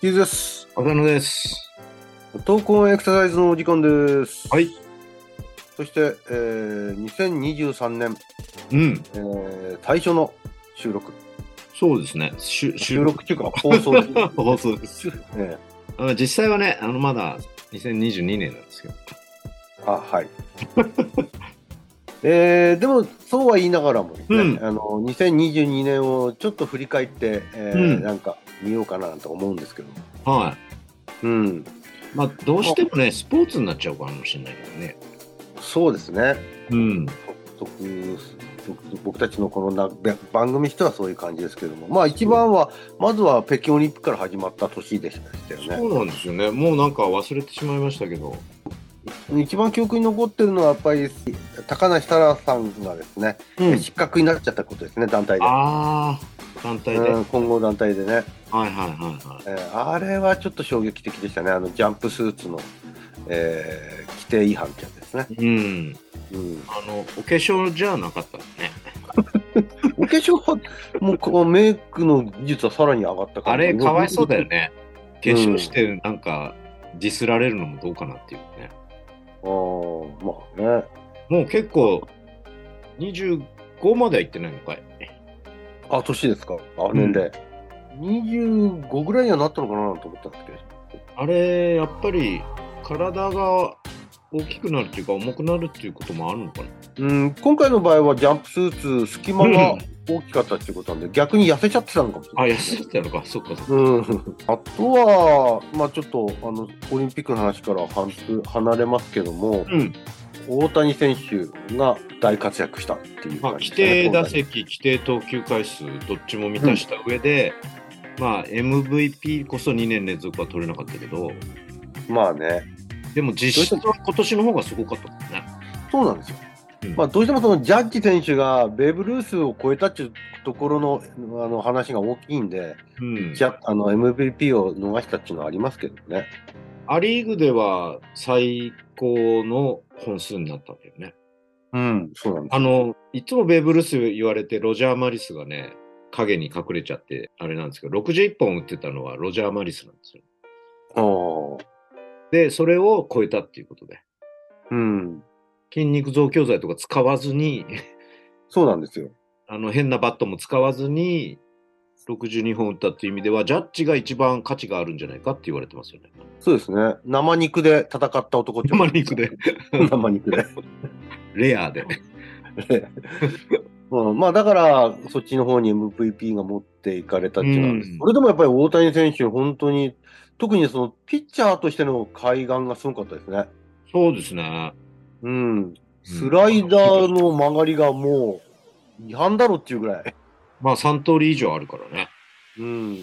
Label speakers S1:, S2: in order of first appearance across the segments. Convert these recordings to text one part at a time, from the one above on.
S1: チーズです。
S2: 浅野です。
S1: 投稿エクササイズのお時間です。
S2: はい。
S1: そして、えー、2023年、
S2: うん。
S1: えー、最初の収録。
S2: そうですね。しゅ収
S1: 収録中か放送です、
S2: 放送です。
S1: え
S2: あの実際はね、あの、まだ2022年なんですけど。
S1: ーあ、はい。 えー、でも、そうは言いながらもね、
S2: うん
S1: あの、2022年をちょっと振り返って、えー
S2: うん
S1: なんか見ようかなと思うんですけど。
S2: は
S1: うん。
S2: い。まあ、どうしてもね、スポーツになっちゃうかもしれないけどね。
S1: そうですね。
S2: うん。
S1: 独独僕たちのこのなべ番組としてはそういう感じですけども、まあ一番は、まずは北京オリンピックから始まった年でしたよ
S2: そ
S1: ね。
S2: うなんですよね。もうなんか忘れてしまいましたけど。
S1: 一番記憶に残ってるのはやっぱり高梨沙羅さんがですね、
S2: うん。
S1: 失格になっちゃったことですね、団体で。
S2: ああ、団体で。
S1: う
S2: はい
S1: ん混合団体でね、
S2: はいはいはい。
S1: えーあれはちょっと衝撃的でしたね、あのジャンプスーツの、えー規定違反ってやつですね。
S2: うん。
S1: うん、
S2: あの、お化粧じゃなかったのね。
S1: お化粧は、もうこうメイクの技術はさらに上がったから、
S2: あれ、かわいそうだよね。化粧して、なんか、ディスられるのもどうかなっていうね。
S1: あー。まあね。
S2: もう結構、25までは行ってないのかい。
S1: あ、年ですか。あ、年齢。25ぐらいにはなったのかなと思ったんですけど。
S2: あれ、やっぱり、体が大きくなるっていうか、重くなるっていうこともあるのかな。
S1: うん、今回の場合はジャンプスーツ、隙間
S2: う
S1: が
S2: ん
S1: 大きかったっていうことなんで、逆に痩せちゃってたのかもしれ
S2: あ、
S1: ない。
S2: 痩せてたのか、そっかそっか。
S1: うん、あとは、まあ、ちょっとあのオリンピックの話から半分離れますけども、
S2: うん。
S1: 大谷選手が大活躍したっていう
S2: まあ、
S1: 感じで
S2: 規
S1: すね
S2: 定打席、規定投球回数、どっちも満たした上で、まあ、MVP こそ2年連続は取れなかったけど、
S1: まあね、
S2: でも実質は今年の方がすごかったもんね。
S1: そうなんですよ。
S2: うん
S1: まあ、どうしてもそのジャッジ選手がベーブ・ルースを超えたっていうところのあの話が大きいんで、
S2: うん
S1: じゃあの MVP を逃したっていうのはありますけどね。
S2: ア・リーグでは最高の本数になったんだよね。
S1: うん、そうなんです。
S2: あの、いつもベーブ・ルース言われて、ロジャー・マリスがね、影に隠れちゃって、あれなんですけど、61本打ってたのはロジャー・マリスなんですよ。
S1: あー
S2: で、それを超えたっていうことで、
S1: うん、
S2: 筋肉増強剤とか使わずに、
S1: そうなんですよ。
S2: あの、変なバットも使わずに、62本打ったっていう意味では、ジャッジが一番価値があるんじゃないかって言われて ますよね。
S1: そうですね。生肉で戦った男って。
S2: 生肉で。
S1: 生肉で。
S2: レアで。
S1: うん、まあだから、そっちの方に MVP が持っていかれたっていうのはあるんです、
S2: うん
S1: それでもやっぱり大谷選手、本当に、特にそのピッチャーとしての海岸がすごかったですね。
S2: そうですね。
S1: うん。スライダーの曲がりがもう、違反だろっていうぐらい。
S2: まあ、3通り以上あるからね。
S1: うん。
S2: うん。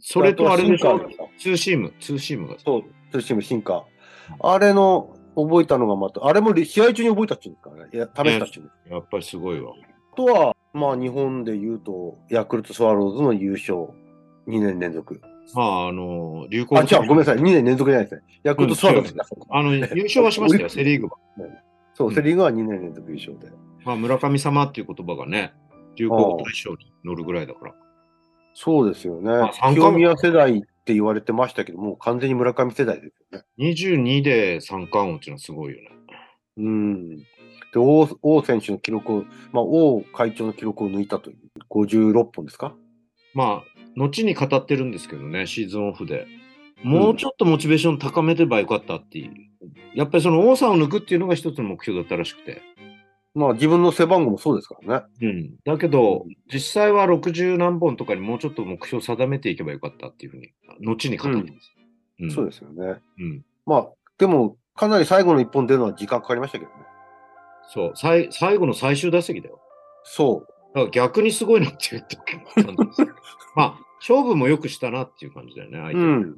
S2: それとあれでし
S1: あ
S2: ょ
S1: とはシンカーでした
S2: ツーシーム、ツーシームが。
S1: そう、ツーシーム進化。あれの、覚えたのがまた、あれも試合中に覚えたっちゅうんですからね。いや、試したっちゅうんです。
S2: やっぱりすごいわ。
S1: あとは、まあ、日本で言うと、ヤクルトスワローズの優勝、2年連続。
S2: まあ、あの、流行
S1: あ、違う、ごめんなさい、2年連続じゃないですね。ヤクルトスワローズだ、
S2: あの、優勝はしましたよ、セ・リーグは。
S1: そう、
S2: うん
S1: セ・リーグは2年連続優勝で。
S2: まあ、村神様っていう言葉がね、流行語大賞に乗るぐらいだから。
S1: そうですよね
S2: あ。三冠
S1: 清宮世代って言われてましたけど、もう完全に村上世代ですよね。
S2: 22で三冠王っていうのはすごいよね。
S1: うん。で、王王選手の記録を、まあ、王会長の記録を抜いたという、56本ですか
S2: まあ、後に語ってるんですけどね、シーズンオフで。もうちょっとモチベーション高めてればよかったっていう。やっぱりその王さんを抜くっていうのが一つの目標だったらしくて。
S1: まあ、自分の背番号もそうですからね。
S2: うん、だけど、実際は60何本とかにもうちょっと目標を定めていけばよかったっていうふうに、後に語ってます。うん
S1: そうですよね。
S2: うん
S1: まあ、でも、かなり最後の一本出るのは時間かかりましたけどね。
S2: そう最最後の最終打席だよ。
S1: そ
S2: だから逆にすごいなって言ってたんで すよまあ、勝負もよくしたなっていう感じだよね、相
S1: う。
S2: 手
S1: う。ん。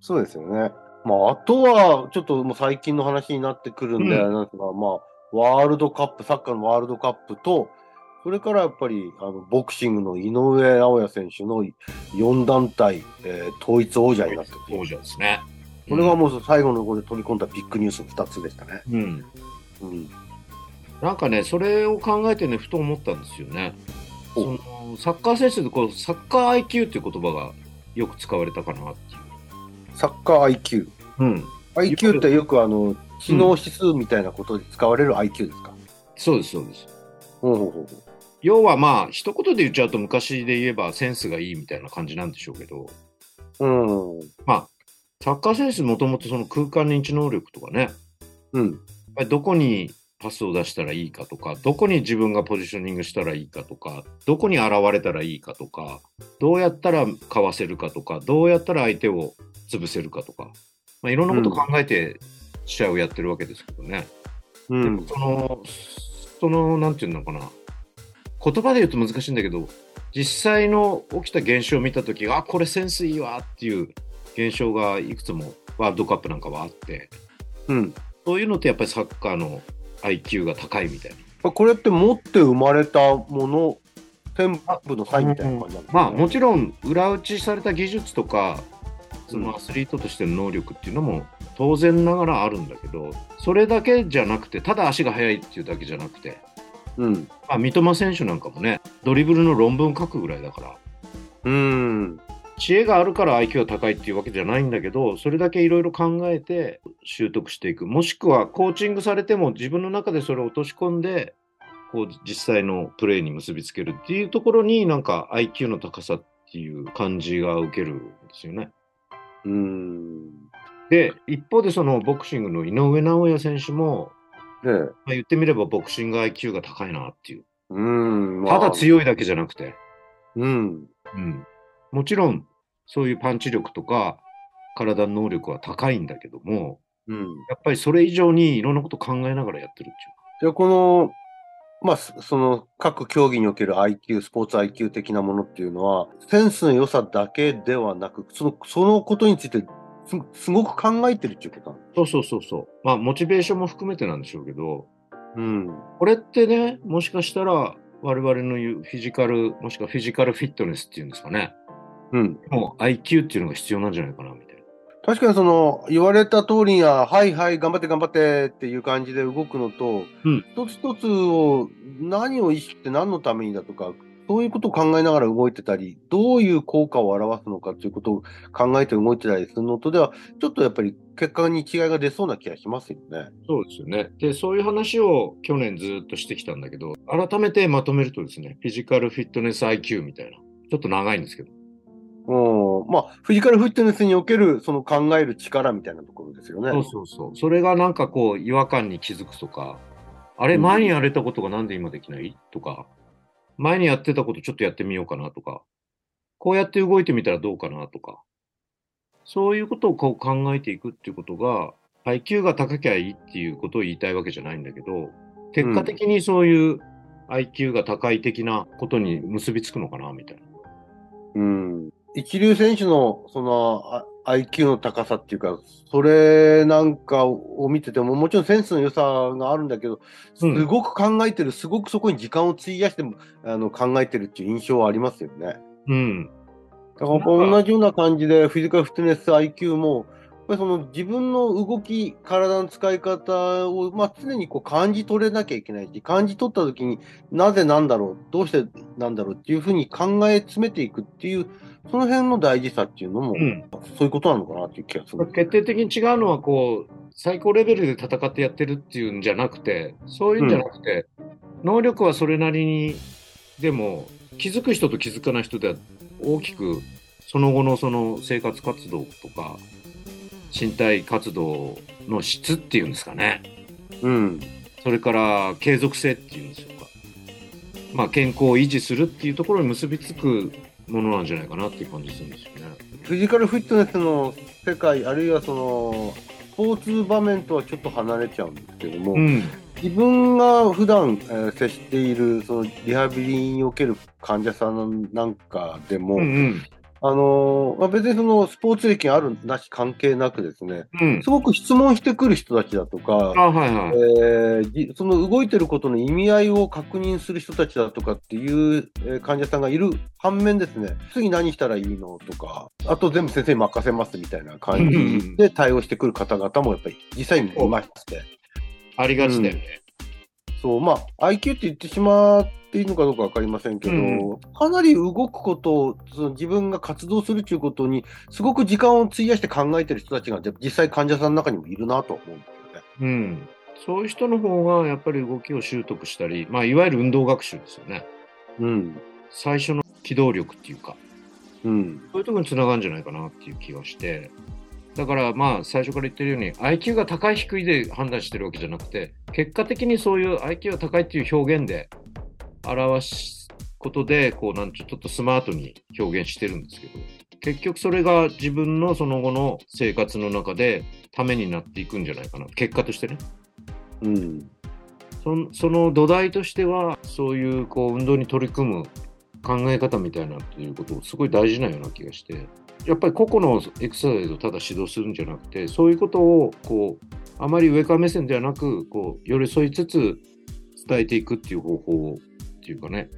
S1: そうですよね。まあ、あとは、ちょっともう最近の話になってくるんで、
S2: うん
S1: なんかまあ、ワールドカップ、サッカーのワールドカップと、それからやっぱりあのボクシングの井上尚弥選手の4団体、えー統一王者になって
S2: 王者ですね。
S1: これがもう最後のところで取り込んだビッグニュース2つでしたね。
S2: うん、うん
S1: うん、
S2: なんかね、それを考えてね、ふと思ったんですよね。
S1: お
S2: そのサッカー選手でこう、サッカー IQ っていう言葉がよく使われたかなっていう。
S1: サッカー IQ。
S2: うん、
S1: IQ ってよくあの知能指数みたいなことで使われる IQ ですか、
S2: そうです、そうです。
S1: ほうほうほうほう
S2: 要はまあ、一言で言っちゃうと昔で言えばセンスがいいみたいな感じなんでしょうけど、
S1: うん。
S2: まあ、サッカー選手もともとその空間認知能力とかね、
S1: うん。
S2: やっぱりどこにパスを出したらいいかとか、どこに自分がポジショニングしたらいいかとか、どこに現れたらいいかとか、どうやったらかわせるかとか、どうやったら相手を潰せるかとか、まあ、いろんなこと考えて試合をやってるわけですけどね。
S1: うん。
S2: その、その、なんていうのかな。言葉で言うと難しいんだけど、実際の起きた現象を見たとき、あ、これセンスいいわっていう現象がいくつもワールドカップなんかはあって、
S1: うん。
S2: そういうのってやっぱりサッカーの IQ が高いみたいな。
S1: これって持って生まれたもの、テンアップの際みたいな感じなんですかね
S2: まあもちろん裏打ちされた技術とか、そのアスリートとしての能力っていうのも当然ながらあるんだけど、それだけじゃなくて、ただ足が速いっていうだけじゃなくて、
S1: うん。
S2: まあ、三笘選手なんかもね、ドリブルの論文書くぐらいだから、
S1: うん。
S2: 知恵があるから IQ が高いっていうわけじゃないんだけど、それだけいろいろ考えて習得していく、もしくはコーチングされても自分の中でそれを落とし込んで、こう実際のプレーに結びつけるっていうところに、なんか IQ の高さっていう感じが受けるんですよね。
S1: うん。
S2: で、一方でそのボクシングの井上尚弥選手も、
S1: ねえ
S2: まあ、言ってみればボクシング IQ が高いなっていう、
S1: うん。まあ
S2: ただ強いだけじゃなくて。
S1: うん。
S2: うん、もちろんそういうパンチ力とか体の能力は高いんだけども
S1: うん。
S2: やっぱりそれ以上にいろんなこと考えながらやってるっていう
S1: じゃあこの、まあ、そその各競技における IQ、スポーツ IQ 的なものっていうのは、センスの良さだけではなく、そのそのことについてすすごく考えてるっていうことなの。
S2: そうそうそうそうまあモチベーションも含めてなんでしょうけど
S1: うん。
S2: これってねもしかしたら我々の言うフィジカルもしくはフィジカルフィットネスっていうんですかね
S1: うん。
S2: もう IQ っていうのが必要なんじゃないかなみたいな
S1: 確かにその言われた通りには、はいはい、頑張って頑張ってっていう感じで動くのと、
S2: うん
S1: 一つ一つを何を意識して何のためにだとか、そういうことを考えながら動いてたり、どういう効果を表すのかということを考えて動いてたりするのとでは、ちょっとやっぱり結果に違いが出そうな気がしますよね。
S2: そうですよね。で、そういう話を去年ずっとしてきたんだけど、改めてまとめるとですね、フィジカルフィットネス IQ みたいな、ちょっと長いんですけど、
S1: うん。まあ、フィジカルフィットネスにおけるその考える力みたいなところですよね。
S2: そうそうそう。それがなんかこう、違和感に気づくとか、あれ、
S1: うん
S2: 前にやれたことがなんで今できないとか、前にやってたことちょっとやってみようかなとか、こうやって動いてみたらどうかなとか、そういうことをこう考えていくっていうことが、配給が高きゃいいっていうことを言いたいわけじゃないんだけど、結果的にそういう IQ が高い的なことに結びつくのかな、みたいな。
S1: うん一流選手のそのあ IQ の高さっていうか、それなんかを見てても、もちろんセンスの良さがあるんだけど、
S2: うん
S1: すごく考えてる、すごくそこに時間を費やしてもあの考えてるっていう印象はありますよね。
S2: うん。
S1: だからこう同じような感じで、フィジカルフィットネス IQ も、やっぱりその自分の動き、体の使い方を、まあ、常にこう感じ取れなきゃいけないし、感じ取った時になぜなんだろう、どうしてなんだろうっていうふうに考え詰めていくっていう、その辺の大事さっていうのも、
S2: うん。
S1: そういうことなのかなっていう気がする。
S2: 決定的に違うのはこう最高レベルで戦ってやってるっていうんじゃなくてそういうんじゃなくて、能力はそれなりにでも気づく人と気づかない人では大きくその後のその生活活動とか身体活動の質っていうんですかね
S1: うん。
S2: それから継続性っていうんでしょうか、まあ、健康を維持するっていうところに結びつくものなんじゃないかなっていう感じするんですよね。
S1: フィジカルフィットネスの世界、あるいはその、スポーツ場面とはちょっと離れちゃうんですけども、
S2: うん
S1: 自分が普段、えー接しているそのリハビリにおける患者さんなんかでも、
S2: うんうん
S1: あのーまあ、別にそのスポーツ歴があるなし関係なくですね、
S2: うん。
S1: すごく質問してくる人たちだとか、
S2: あ、はいはい。
S1: えーじその動いてることの意味合いを確認する人たちだとかっていう、えー患者さんがいる反面ですね、次何したらいいのとか、あと全部先生に任せますみたいな感
S2: うんうんう
S1: じ
S2: ん
S1: で対応してくる方々もやっぱり実際にいまして、
S2: ありがちだよね。
S1: そう、まあ、IQ って言ってしまっていいのかどうか分かりませんけど、
S2: うん
S1: かなり動くことを、その自分が活動するということに、すごく時間を費やして考えてる人たちが、実際患者さんの中にもいるなと思うんですよね。
S2: うん。そういう人の方がやっぱり動きを習得したり、まあ、いわゆる運動学習ですよね。
S1: うん、
S2: 最初の機動力っていうか、
S1: うん、
S2: そういうところにつながるんじゃないかなっていう気がして、だからまあ最初から言ってるように、IQ が高い低いで判断してるわけじゃなくて、結果的にそういう IQ が高いっていう表現で表すことで、こうなんていうちょっとスマートに表現してるんですけど、結局それが自分のその後の生活の中でためになっていくんじゃないかな、結果としてね。
S1: うん。
S2: そのその土台としては、そういうこう運動に取り組む考え方みたいなっていうこと、すごい大事なような気がして、やっぱり個々のエクササイズをただ指導するんじゃなくて、そういうことをこうあまり上から目線ではなく、こう寄り添いつつ伝えていくっていう方法っていうかね、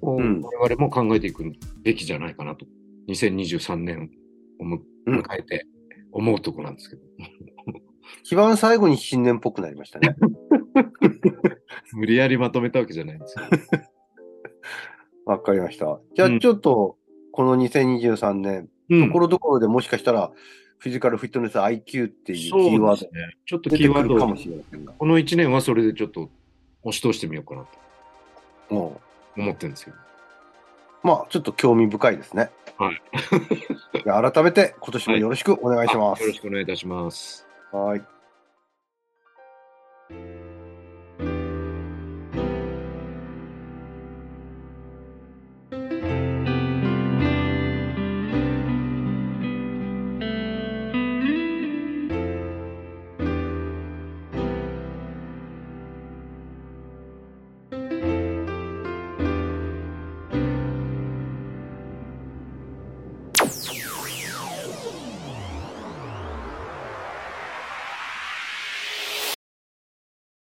S2: を
S1: うん
S2: 我々も考えていくべきじゃないかなと、2023年をむ
S1: うん
S2: 迎えて思うとこなんですけど、
S1: 一番最後に新年っぽくなりましたね。
S2: 無理やりまとめたわけじゃないんですけど。
S1: わかりました。じゃ
S2: う
S1: あ
S2: ん
S1: ちょっと、この2023年、
S2: うん
S1: ところどころでもしかしたら、フィジカルフィットネス IQ っていうキ
S2: そう
S1: ーワー
S2: です
S1: ド
S2: ね。ちょっと
S1: 出
S2: キー
S1: て
S2: ワ
S1: く
S2: ード
S1: るか
S2: を
S1: もしれませんが。
S2: この1年はそれでちょっと押し通してみようかなと
S1: も
S2: 思ってるんですけど。
S1: う、まあ、ちょっと興味深いですね。
S2: はい。
S1: じゃあ改めて、今年もよろしくお願いします
S2: よろ。しくお願いいたします。
S1: はい。